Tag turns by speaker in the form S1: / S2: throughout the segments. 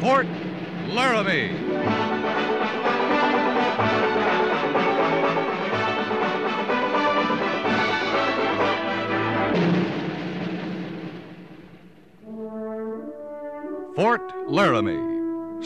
S1: Fort Laramie. Fort Laramie,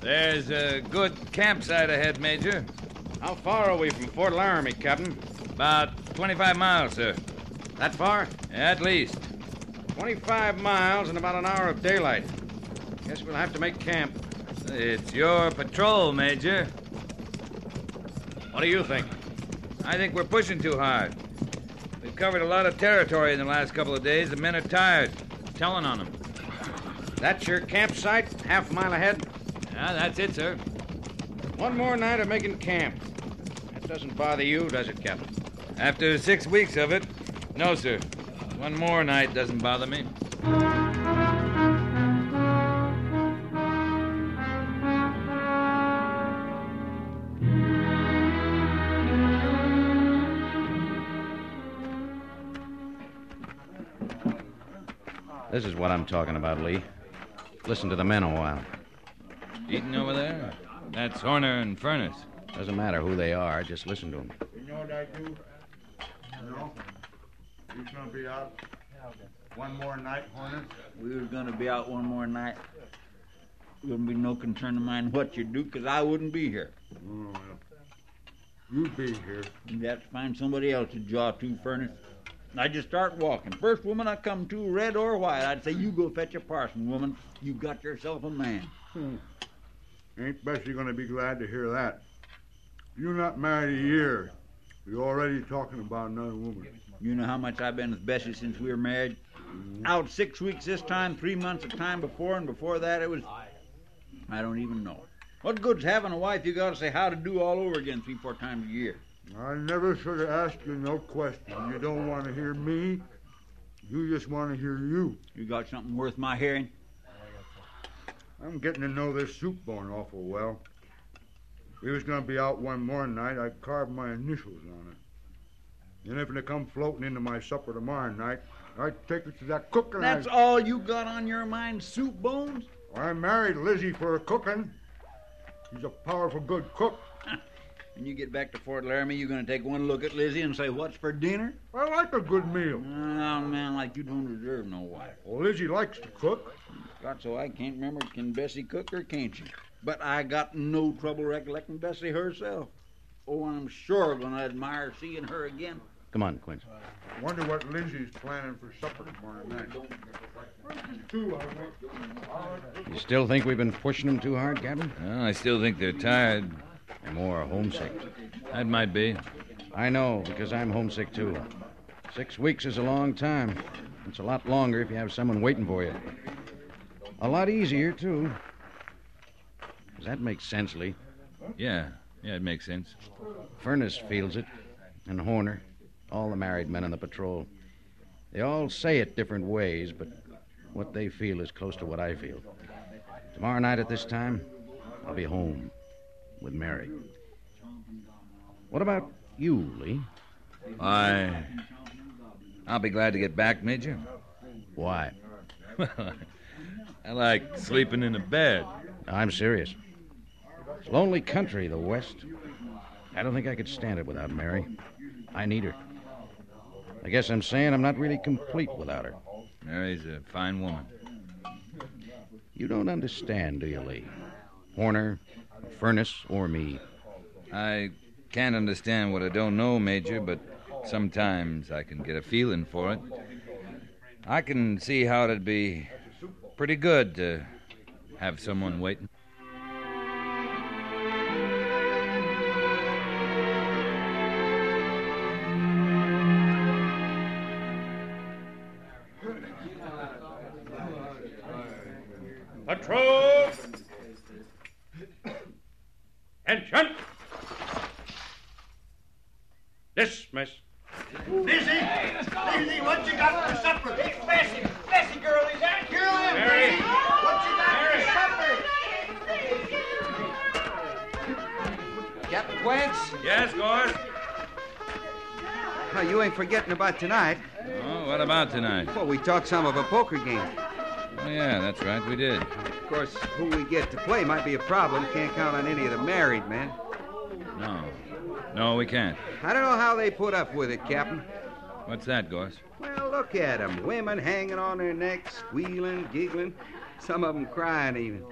S2: There's a good campsite ahead, Major.
S3: How far are we from Fort Laramie, Captain?
S2: About 25 miles, sir.
S3: That far?
S2: At least.
S3: 25 miles and about an hour of daylight. Guess we'll have to make camp.
S2: It's your patrol, Major.
S3: What do you think?
S2: I think we're pushing too hard. We've covered a lot of territory in the last couple of days. The men are tired. Telling on them.
S3: That's your campsite, half mile ahead?
S2: Yeah, that's it, sir.
S3: One more night of making camp. That doesn't bother you, does it, Captain?
S2: After six weeks of it, no, sir. One more night doesn't bother me.
S3: This is what I'm talking about, Lee. Listen to the men a while.
S2: Eating over there? That's Horner and Furnace.
S3: Doesn't matter who they are, just listen to them.
S4: You know what I do? No. He's gonna be out one more night, Horner.
S5: We was gonna be out one more night. Wouldn't be no concern of mine what you do, 'cause I wouldn't be here.
S4: Oh, well. You be here.
S5: You'd have to find somebody else to jaw to furnace. I just start walking. First woman I come to, red or white, I'd say, You go fetch a parson, woman. You got yourself a man.
S4: Ain't Bessie gonna be glad to hear that. You're not married a year. You're already talking about another woman.
S5: You know how much I've been with Bessie since we were married? Out six weeks this time, three months of time before, and before that it was. I don't even know. What good's having a wife you gotta say how to do all over again three, four times a year?
S4: I never should have asked you no question. You don't want to hear me. You just want to hear you.
S5: You got something worth my hearing?
S4: I'm getting to know this soup bone awful well. If it was gonna be out one more night, I carved my initials on it. And if it come floating into my supper tomorrow night, I'd take it to that cook and
S5: That's
S4: I...
S5: all you got on your mind, soup bones?
S4: I married Lizzie for cooking. She's a powerful good cook.
S5: When you get back to Fort Laramie, you gonna take one look at Lizzie and say, What's for dinner?
S4: I like a good meal.
S5: Oh, man, like you don't deserve no wife.
S4: Well, Lizzie likes to cook.
S5: Got so I can't remember can Bessie cook or can't she? But I got no trouble recollecting Bessie herself. Oh, I'm sure gonna admire seeing her again.
S3: Come on, Quince.
S4: Wonder what Lizzie's planning for supper tomorrow night. Two, I think.
S3: You still think we've been pushing them too hard, Captain?
S2: Well, I still think they're tired.
S3: They're more homesick.
S2: That might be.
S3: I know, because I'm homesick too. Six weeks is a long time. It's a lot longer if you have someone waiting for you. A lot easier, too. Does that make sense, Lee?
S2: Yeah, yeah, it makes sense.
S3: Furnace feels it, and Horner, all the married men on the patrol. They all say it different ways, but what they feel is close to what I feel. Tomorrow night at this time, I'll be home with Mary. What about you, Lee?
S2: I. I'll be glad to get back, Major.
S3: Why?
S2: I like sleeping in a bed.
S3: I'm serious. It's a lonely country, the West. I don't think I could stand it without Mary. I need her. I guess I'm saying I'm not really complete without her.
S2: Mary's a fine woman.
S3: You don't understand, do you, Lee? Horner, Furnace, or me.
S2: I can't understand what I don't know, Major, but sometimes I can get a feeling for it. I can see how it'd be pretty good to have someone waiting.
S3: Patrol!
S6: Attention! This, miss.
S7: Missy! Missy, what you got for supper? Bessie! Bessie, girl, is that you?
S6: Mary.
S7: Missy, What you got
S6: Mary.
S7: for supper?
S8: Captain Quince,
S6: Yes, Gord?
S8: oh, you ain't forgetting about tonight.
S2: Oh, what about tonight?
S8: Well, we talked some of a poker game.
S2: Oh, yeah, that's right, we did.
S8: Of course, who we get to play might be a problem. Can't count on any of the married men.
S2: No. No, we can't.
S8: I don't know how they put up with it, Captain.
S2: What's that, Gorse?
S8: Well, look at 'em. Women hanging on their necks, squealing, giggling. Some of 'em crying, even.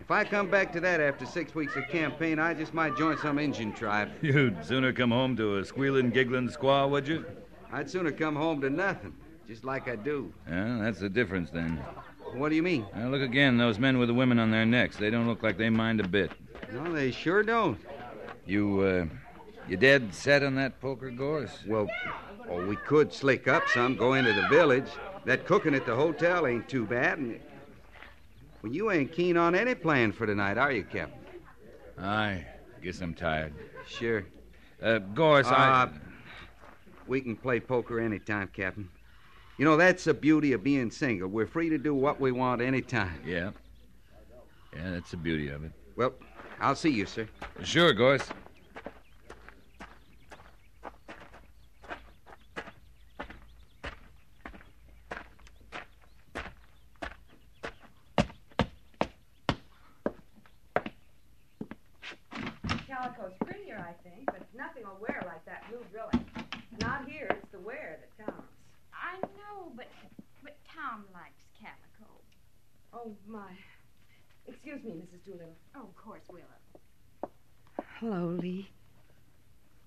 S8: If I come back to that after six weeks of campaign, I just might join some Indian tribe.
S2: You'd sooner come home to a squealing, giggling squaw, would you?
S8: I'd sooner come home to nothing, just like I do.
S2: Yeah, that's the difference then.
S8: What do you mean?
S2: Now look again, those men with the women on their necks. They don't look like they mind a bit.
S8: No, they sure don't.
S2: You, uh, you dead set on that poker, Gorse?
S8: Well, oh, we could slick up some, go into the village. That cooking at the hotel ain't too bad, and well, you ain't keen on any plan for tonight, are you, Captain?
S2: I guess I'm tired.
S8: Sure.
S2: Uh, Gorse,
S8: Uh, we can play poker anytime, Captain. You know, that's the beauty of being single. We're free to do what we want anytime.
S2: Yeah. Yeah, that's the beauty of it.
S8: Well, I'll see you, sir.
S2: Sure, Gorse.
S9: Calico's prettier, I think, but nothing will wear like that blue brillant. Not here, it's the wear that counts.
S10: I know, but but Tom likes calico.
S9: Oh, my. Excuse me, Mrs. Doolittle.
S10: Oh, of course, Willa.
S9: Hello, Lee.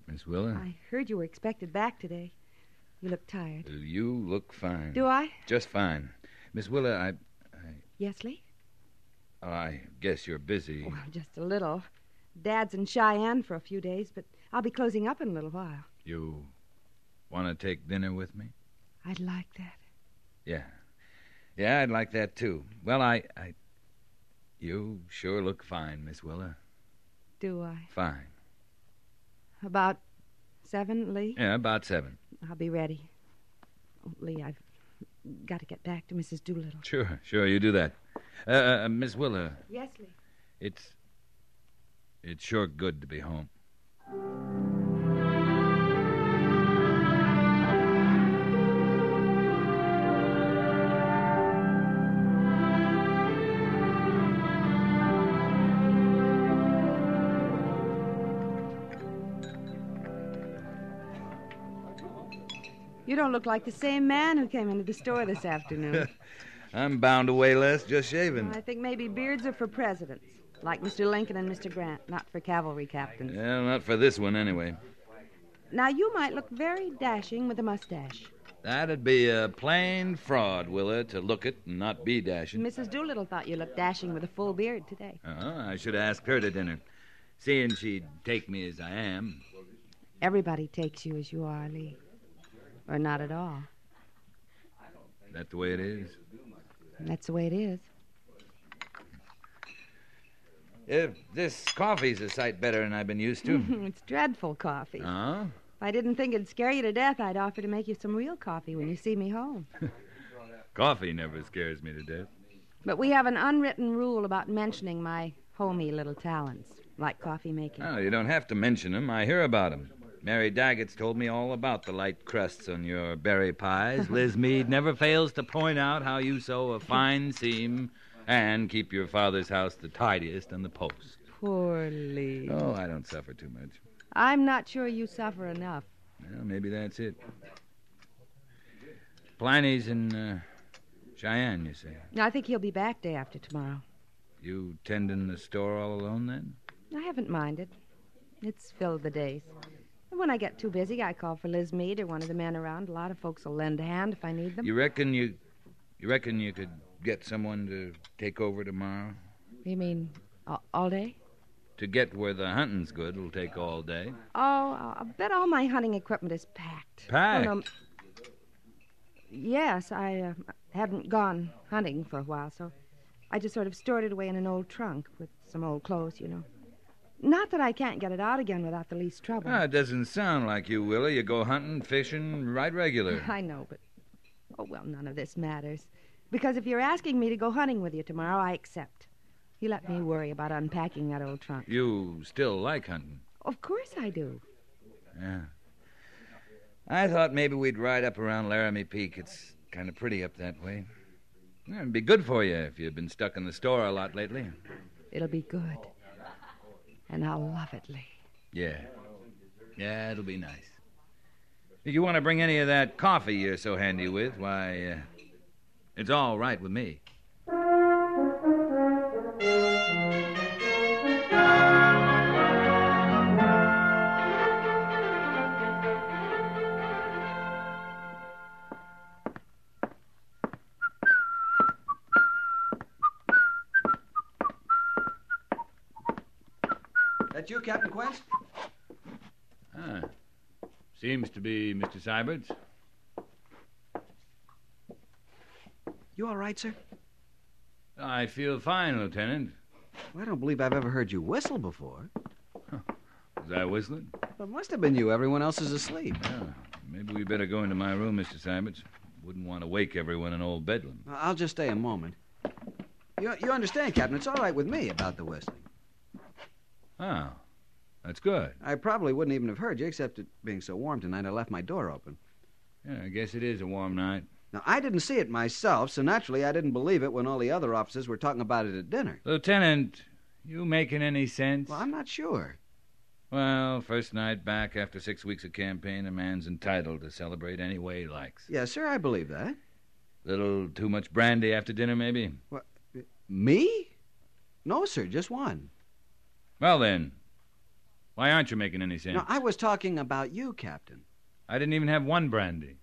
S2: Miss Willa,
S9: I heard you were expected back today. You look tired.
S2: you look fine.
S9: Do I?
S2: Just fine. Miss Willa, I,
S9: Yes, Lee?
S2: I guess you're busy.
S9: Well, just a little. Dad's in Cheyenne for a few days, but I'll be closing up in a little while.
S2: You want to take dinner with me?
S9: I'd like that.
S2: Yeah. Yeah, I'd like that too. Well, I, I. You sure look fine, Miss Willa.
S9: Do I?
S2: Fine.
S9: About seven, Lee?
S2: Yeah, about seven.
S9: I'll be ready. Oh, Lee, I've got to get back to Mrs. Doolittle.
S2: Sure, sure, you do that. Uh, Uh, uh, Miss Willa,
S9: Yes, Lee.
S2: it's. It's sure good to be home.
S9: You don't look like the same man who came into the store this afternoon.
S2: I'm bound to weigh less just shaving.
S9: I think maybe beards are for presidents, like Mr. Lincoln and Mr. Grant, not for cavalry captains.
S2: Well, not for this one, anyway.
S9: Now, you might look very dashing with a mustache.
S2: That'd be a plain fraud, Willa, to look it and not be dashing.
S9: Mrs. Doolittle thought you looked dashing with a full beard today.
S2: Uh-huh, I should have asked her to dinner, seeing she'd take me as I am.
S9: Everybody takes you as you are, Lee. Or not at all.
S2: That the way it is?
S9: That's the way it is.
S2: If this coffee's a sight better than I've been used to.
S9: it's dreadful coffee.
S2: Huh?
S9: If I didn't think it'd scare you to death, I'd offer to make you some real coffee when you see me home.
S2: Coffee never scares me to death.
S9: But we have an unwritten rule about mentioning my homey little talents, like coffee making.
S2: Oh, you don't have to mention 'em. I hear about 'em. Mary Daggett's told me all about the light crusts on your berry pies. Liz Mead never fails to point out how you sew a fine seam and keep your father's house the tidiest on the post.
S9: Poor Lee.
S2: Oh, I don't suffer too much.
S9: I'm not sure you suffer enough.
S2: Well, maybe that's it. Pliny's in uh, Cheyenne, you say.
S9: I think he'll be back day after tomorrow.
S2: You tending the store all alone then?
S9: I haven't minded. It's filled the days. And when I get too busy, I call for Liz Mead or one of the men around. A lot of folks will lend a hand if I need them.
S2: You reckon you, you reckon you could get someone to take over tomorrow?
S9: You mean all, all day?
S2: To get where the hunting's good will take all day.
S9: Oh, I bet all my hunting equipment is packed. Oh, no. Yes, I uh, hadn't gone hunting for a while, so I just sort of stored it away in an old trunk with some old clothes, you know. Not that I can't get it out again without the least trouble.
S2: Ah, it doesn't sound like you, Willie. You go hunting, fishing, right regular.
S9: I know, but. Oh, well, none of this matters. Because if you're asking me to go hunting with you tomorrow, I accept. You let me worry about unpacking that old trunk.
S2: You still like hunting.
S9: Of course I do.
S2: Yeah. I thought maybe we'd ride up around Laramie Peak. It's kind of pretty up that way. Yeah, It'd be good for you if you've been stuck in the store a lot lately.
S9: It'll be good. And I'll love it, Lee.
S2: Yeah. Yeah, it'll be nice. If you want to bring any of that coffee you're so handy with, why, uh, it's all right with me.
S11: That you, Captain Quest?
S2: Ah. Seems to be Mr. Sybert's.
S11: You all right, sir?
S2: I feel fine, Lieutenant.
S11: Well, I don't believe I've ever heard you whistle before.
S2: Was I whistling?
S11: It must have been you. Everyone else is asleep.
S2: Maybe we better go into my room, Mr. Syberts. Wouldn't want to wake everyone in old Bedlam.
S11: I'll just stay a moment. You, you understand, Captain, it's all right with me about the whistling.
S2: Oh, that's good.
S11: I probably wouldn't even have heard you, except it being so warm tonight, I left my door open.
S2: Yeah, I guess it is a warm night.
S11: Now, I didn't see it myself, so naturally I didn't believe it when all the other officers were talking about it at dinner.
S2: Lieutenant, you making any sense?
S11: Well, I'm not sure.
S2: Well, first night back after six weeks of campaign, a man's entitled to celebrate any way he likes.
S11: Yes, sir, I believe that.
S2: Little too much brandy after dinner, maybe?
S11: Me? No, sir, just one.
S2: Well, then, why aren't you making any sense?
S11: No, I was talking about you, Captain.
S2: I didn't even have one brandy.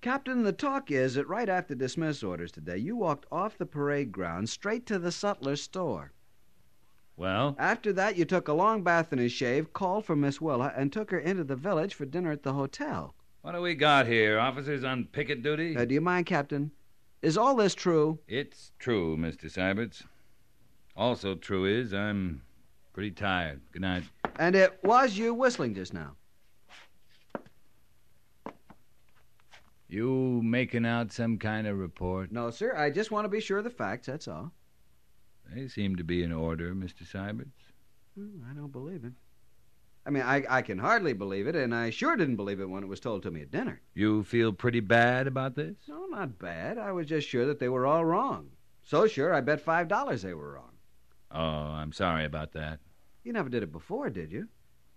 S11: Captain, the talk is that right after dismiss orders today, you walked off the parade ground straight to the sutler's store.
S2: Well,
S11: After that, you took a long bath and a shave, called for Miss Willa, and took her into the village for dinner at the hotel.
S2: what do we got here? Officers on picket duty?
S11: Now, do you mind, Captain? Is all this true?
S2: It's true, Mr. Syberts. Also true is I'm pretty tired. Good night.
S11: And it was you whistling just now.
S2: You making out some kind of report?
S11: No, sir. I just want to be sure of the facts, that's all.
S2: They seem to be in order, Mr. Syberts.
S11: Hmm, I don't believe it. I mean, I, I can hardly believe it, and I sure didn't believe it when it was told to me at dinner.
S2: You feel pretty bad about this?
S11: No, not bad. I was just sure that they were all wrong. So sure, I bet $5 they were wrong.
S2: Oh, I'm sorry about that.
S11: You never did it before, did you?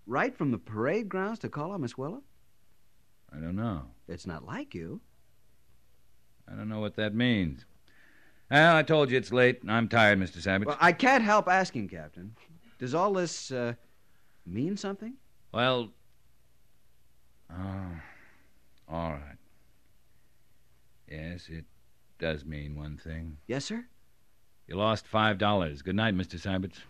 S11: Right from the parade grounds to call on Miss Willa?
S2: I don't know.
S11: It's not like you.
S2: I don't know what that means. Well, I told you it's late. and I'm tired, Mr. Syberts.
S11: Well, I can't help asking, Captain. Does all this uh, mean something?
S2: Well. Oh, all right. Yes, it does mean one thing.
S11: Yes, sir?
S2: You lost five dollars. Good night, Mr. Syberts.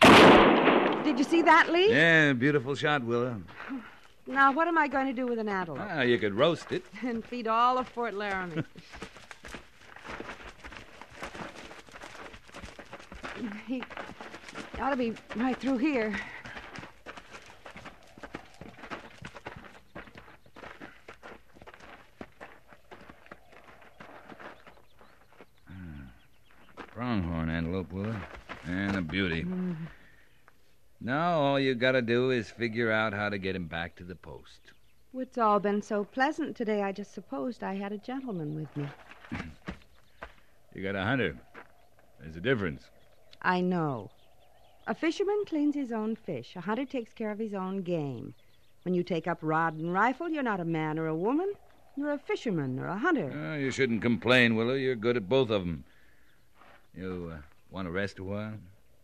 S9: Did you see that, Lee?
S2: Yeah, beautiful shot, Willa.
S9: Now, what am I going to do with an antelope?
S2: Ah, you could roast it.
S9: and feed all of Fort Laramie. he ought to be right through here.
S2: Pronghorn antelope, Willa. And a beauty. Now all you gotta do is figure out how to get him back to the post.
S9: It's all been so pleasant today, I just supposed I had a gentleman with me.
S2: You got a hunter. There's a difference.
S9: I know. A fisherman cleans his own fish, a hunter takes care of his own game. When you take up rod and rifle, you're not a man or a woman, you're a fisherman or a hunter.
S2: Oh, you shouldn't complain, Willa. You're good at both of 'em. You uh, want to rest a while?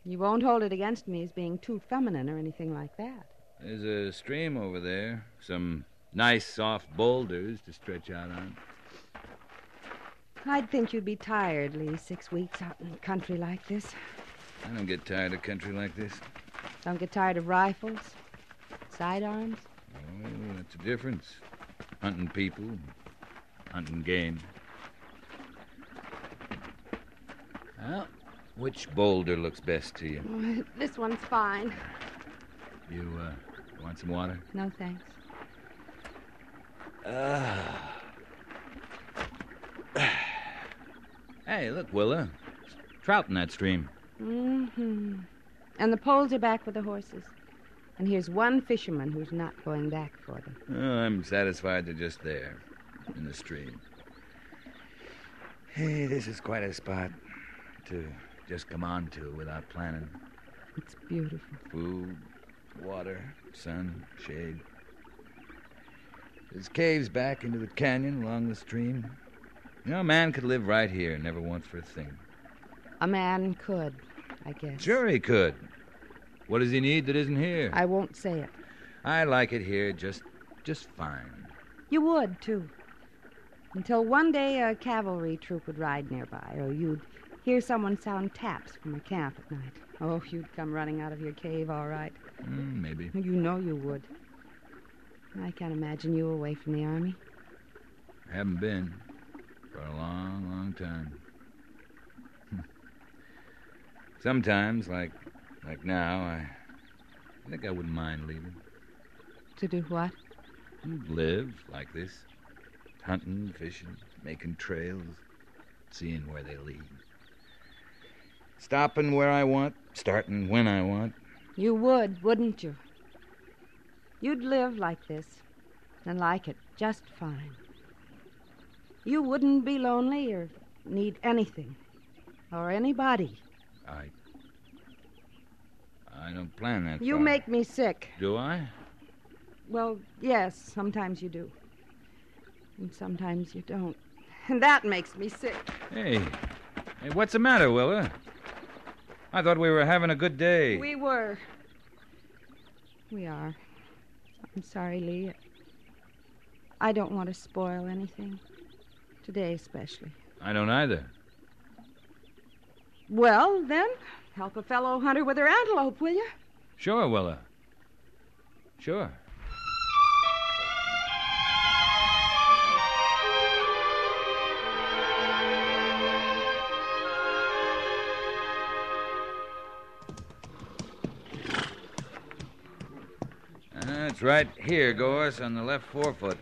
S9: You won't hold it against me as being too feminine or anything like that.
S2: There's a stream over there. Some nice soft boulders to stretch out on.
S9: I'd think you'd be tired, Lee, six weeks out in the country like this.
S2: I don't get tired of country like this.
S9: Don't get tired of rifles, sidearms.
S2: Oh, that's the difference. Hunting people, hunting game. Well, which boulder looks best to you?
S9: this one's fine.
S2: You uh, want some water?
S9: No thanks.
S2: Uh. hey, look, Willa. Trout in that stream.
S9: hmm And the poles are back with the horses. And here's one fisherman who's not going back for them.
S2: Oh, I'm satisfied they're just there, in the stream. Hey, this is quite a spot to just come on to without planning.
S9: It's beautiful.
S2: Food, water, sun, shade. There's caves back into the canyon along the stream. You know, a man could live right here, and never want for a thing.
S9: A man could, I guess.
S2: Sure he could. What does he need that isn't here?
S9: I won't say it.
S2: I like it here just just fine.
S9: You would, too. Until one day a cavalry troop would ride nearby, or you'd hear someone sound taps from a camp at night. Oh, you'd come running out of your cave, all right.
S2: Mm, maybe.
S9: You know you would. I can't imagine you away from the army.
S2: I haven't been for a long, long time. Sometimes, like like now, I, I think I wouldn't mind leaving.
S9: To do what?
S2: Live like this. Hunting, fishing, making trails, seeing where they lead. Stopping where I want, starting when I want.
S9: You would, wouldn't you? You'd live like this and like it just fine. You wouldn't be lonely or need anything or anybody.
S2: I. I don't plan that.
S9: You
S2: far.
S9: make me sick.
S2: Do I?
S9: Well, yes, sometimes you do. And sometimes you don't. And that makes me sick.
S2: Hey. Hey, what's the matter, Willa? I thought we were having a good day.
S9: We were. We are. I'm sorry, Lee. I don't want to spoil anything. Today, especially.
S2: I don't either.
S9: Well, then, help a fellow hunter with her antelope, will you?
S2: Sure, Willa. Sure. That's right here, Gorse, on the left forefoot.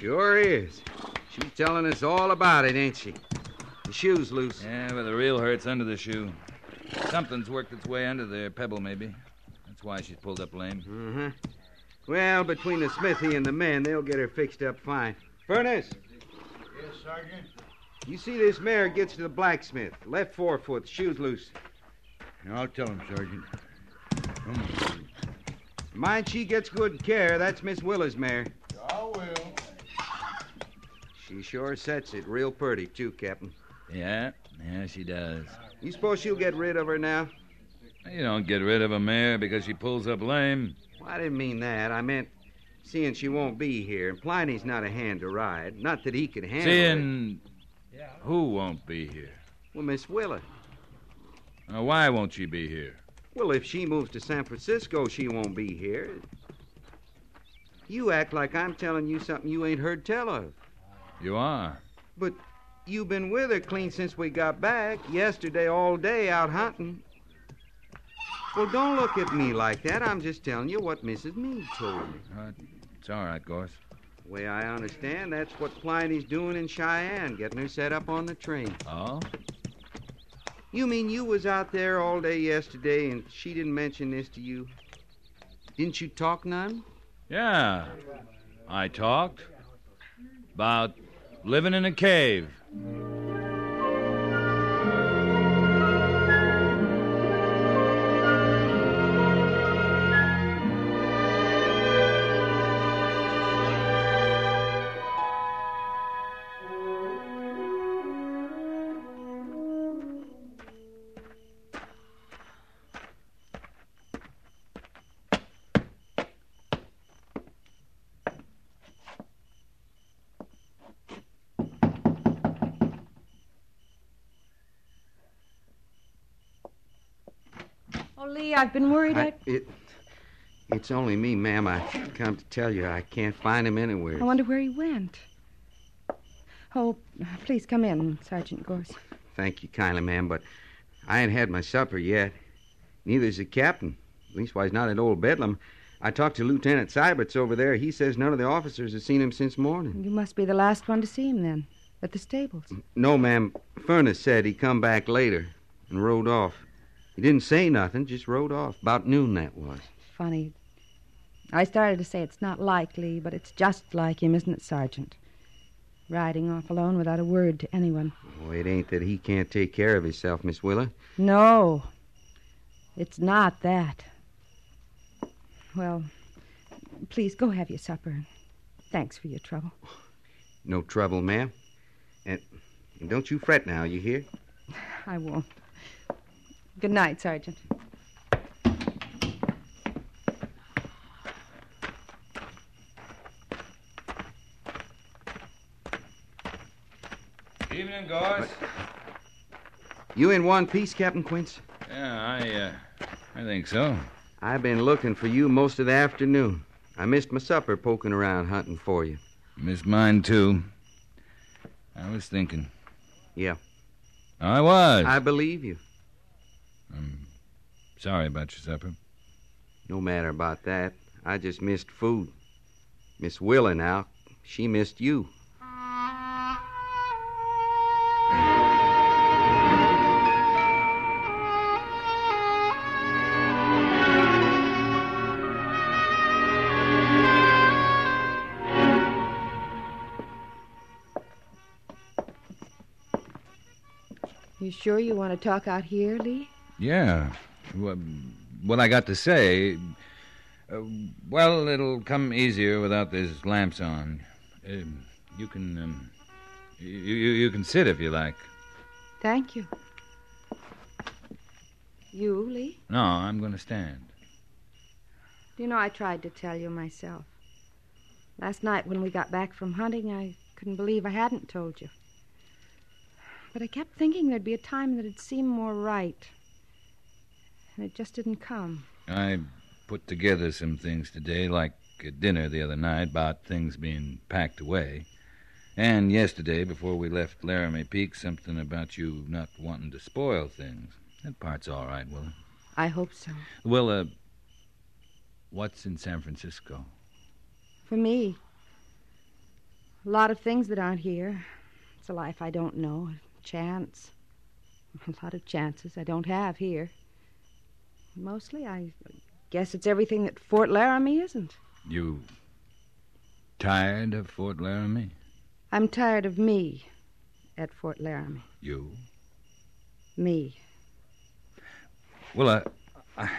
S8: Sure is. She's telling us all about it, ain't she? The shoe's loose.
S2: Yeah, but the real hurt's under the shoe. Something's worked its way under there, pebble maybe. That's why she's pulled up lame.
S8: Uh-huh. Well, between the smithy and the men, they'll get her fixed up fine. Furnace,
S4: Yes, Sergeant.
S8: you see this mare gets to the blacksmith. Left forefoot, shoes loose.
S4: I'll tell him, Sergeant.
S8: Mind she gets good care. That's Miss Willa's mare.
S4: I will.
S8: She sure sets it real pretty, too, Captain.
S2: Yeah, yeah, she does.
S8: You suppose she'll get rid of her now?
S2: You don't get rid of a mare because she pulls up lame.
S8: Well, I didn't mean that. I meant seeing she won't be here. And Pliny's not a hand to ride. Not that he can handle it.
S2: Seeing who won't be here.
S8: Well, Miss Willa.
S2: Now, why won't she be here?
S8: Well, if she moves to San Francisco, she won't be here. You act like I'm telling you something you ain't heard tell of.
S2: You are.
S8: But you've been with her clean since we got back, yesterday all day out hunting. Well, don't look at me like that. I'm just telling you what Mrs. Meade told me.
S2: Uh, It's all right, Gorse.
S8: The way I understand, that's what Pliny's doing in Cheyenne, getting her set up on the train.
S2: Oh?
S8: You mean you was out there all day yesterday and she didn't mention this to you? Didn't you talk none?
S2: Yeah. I talked about living in a cave.
S9: Blackie, Oh, I've been worried. I,
S8: I, it, it's only me, ma'am. I come to tell you I can't find him anywhere.
S9: I wonder where he went. Oh, please come in, Sergeant Gorse.
S8: Thank you kindly, ma'am, but I ain't had my supper yet. Neither's the captain. Leastwise, not at Old Bedlam. I talked to Lieutenant Syberts over there. He says none of the officers have seen him since morning.
S9: You must be the last one to see him then, at the stables.
S8: No, ma'am. Furnace said he come back later and rode off. He didn't say nothing, just rode off. About noon, that was.
S9: Funny. I started to say it's not likely, but it's just like him, isn't it, Sergeant? Riding off alone without a word to anyone.
S8: Oh, it ain't that he can't take care of himself, Miss Willa.
S9: No, it's not that. Well, please go have your supper. Thanks for your trouble.
S8: No trouble, ma'am. And, and don't you fret now, you hear?
S9: I won't. Good night, Sergeant.
S2: Evening, guys.
S8: You in one piece, Captain Quince?
S2: Yeah, I, uh, I think so.
S8: I've been looking for you most of the afternoon. I missed my supper poking around hunting for you.
S2: Missed mine, too. I was thinking.
S8: Yeah.
S2: I was.
S8: I believe you.
S2: I'm sorry about your supper.
S8: No matter about that. I just missed food. Miss Willa now, she missed you.
S9: You sure you want to talk out here, Lee?
S2: Yeah. What, what I got to say. Uh, well, it'll come easier without these lamps on. Uh, you can. Um, you, you, you can sit if you like.
S9: Thank you. You, Lee?
S2: No, I'm going to stand.
S9: Do you know I tried to tell you myself? Last night when we got back from hunting, I couldn't believe I hadn't told you. But I kept thinking there'd be a time that'd seem more right. And it just didn't come.
S2: I put together some things today, like at dinner the other night, about things being packed away. And yesterday, before we left Laramie Peak, something about you not wanting to spoil things. That part's all right, Willa.
S9: I hope so.
S2: Willa, uh, what's in San Francisco?
S9: For me, a lot of things that aren't here. It's a life I don't know. Chance. A lot of chances I don't have here. Mostly, I guess it's everything that Fort Laramie isn't.
S2: You tired of Fort Laramie?
S9: I'm tired of me at Fort Laramie.
S2: You?
S9: Me.
S2: Well, I, I,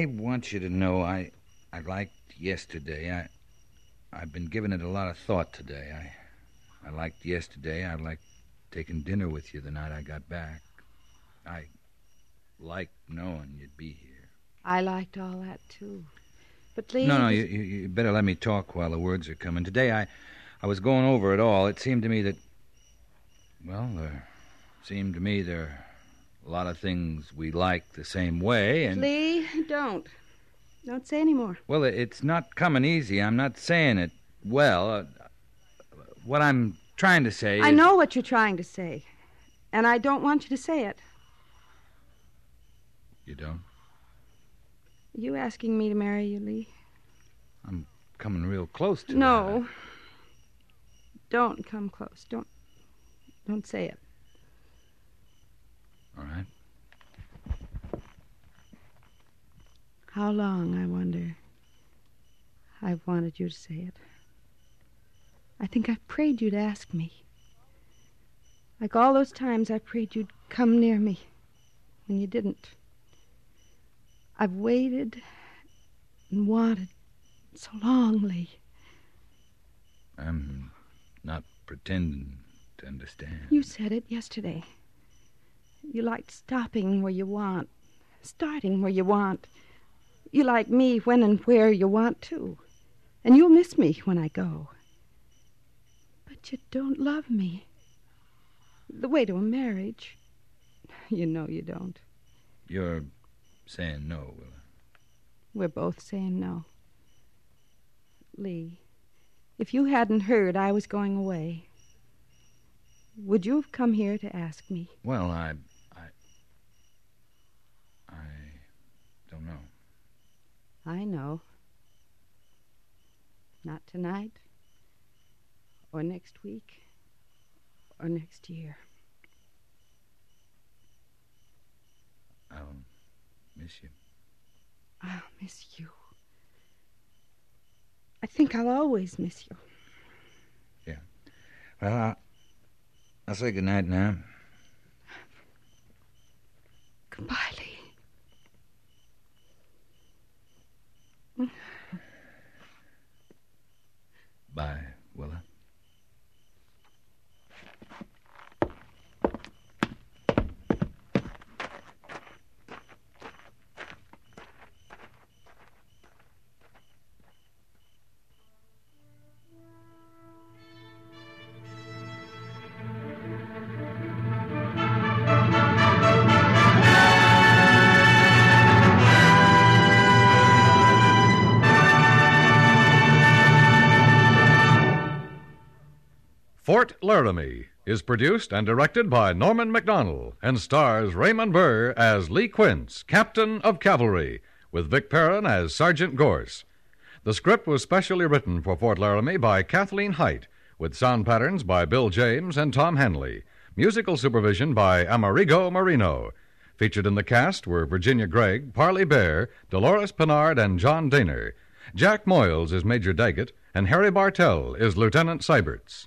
S2: I want you to know I, I liked yesterday. I, I've been giving it a lot of thought today. I, I liked yesterday. I liked taking dinner with you the night I got back. I liked knowing you'd be here.
S9: I liked all that too. But Lee,
S2: No, no, you, you, you better let me talk while the words are coming. Today I, I was going over it all. It seemed to me that, well, there seemed to me there are a lot of things we like the same way, and
S9: Lee, don't, don't say any more.
S2: well, it- it's not coming easy. I'm not saying it well. Uh, What I'm trying to say.
S9: I
S2: is-
S9: know what you're trying to say, and I don't want you to say it.
S2: you don't.
S9: Are you asking me to marry you, Lee?
S2: Coming real close to
S9: No. Don't come close. Don't, don't say it.
S2: that. All right.
S9: How long, I wonder. I've wanted you to say it. I think I prayed you'd ask me. Like all those times I prayed you'd come near me, and you didn't. I've waited and wanted so long, Lee.
S2: I'm not pretending to understand.
S9: You said it yesterday. You liked stopping where you want, starting where you want. You like me when and where you want to. And you'll miss me when I go. But you don't love me. The way to a marriage. You know you don't.
S2: You're saying no, Willa.
S9: We're both saying no. Lee, if you hadn't heard I was going away, would you have come here to ask me?
S2: Well, I. I. I don't know.
S9: I know. Not tonight, or next week, or next year.
S2: I'll miss you.
S9: I'll miss you. I think I'll always miss you.
S2: Well, I, I'll say goodnight now.
S9: Goodbye, Lee.
S2: Bye, Willa.
S1: Fort Laramie is produced and directed by Norman McDonald and stars Raymond Burr as Lee Quince, Captain of Cavalry, with Vic Perrin as Sergeant Gorse. The script was specially written for Fort Laramie by Kathleen Height, with sound patterns by Bill James and Tom Hanley. Musical supervision by Amerigo Marino. Featured in the cast were Virginia Gregg, Parley Bear, Dolores Pennard, and John Daner. Jack Moyles is Major Daggett, and Harry Bartell is Lieutenant Syberts.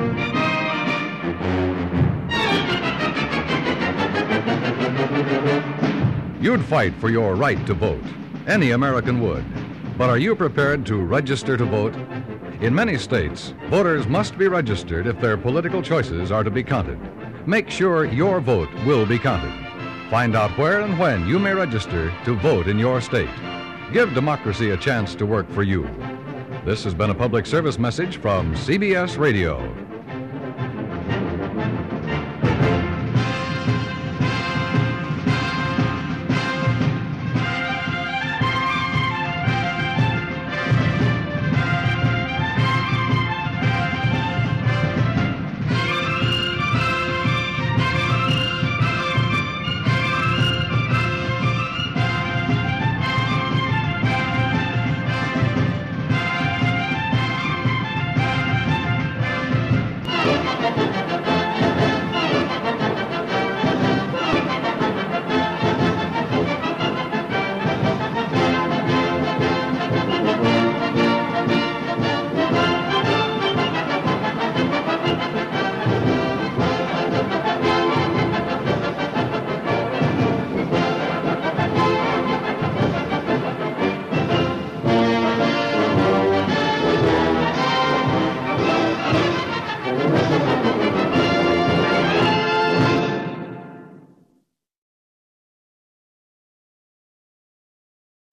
S1: You'd fight for your right to vote. Any American would. But are you prepared to register to vote? In many states, voters must be registered if their political choices are to be counted. Make sure your vote will be counted. Find out where and when you may register to vote in your state. Give democracy a chance to work for you. This has been a public service message from CBS Radio.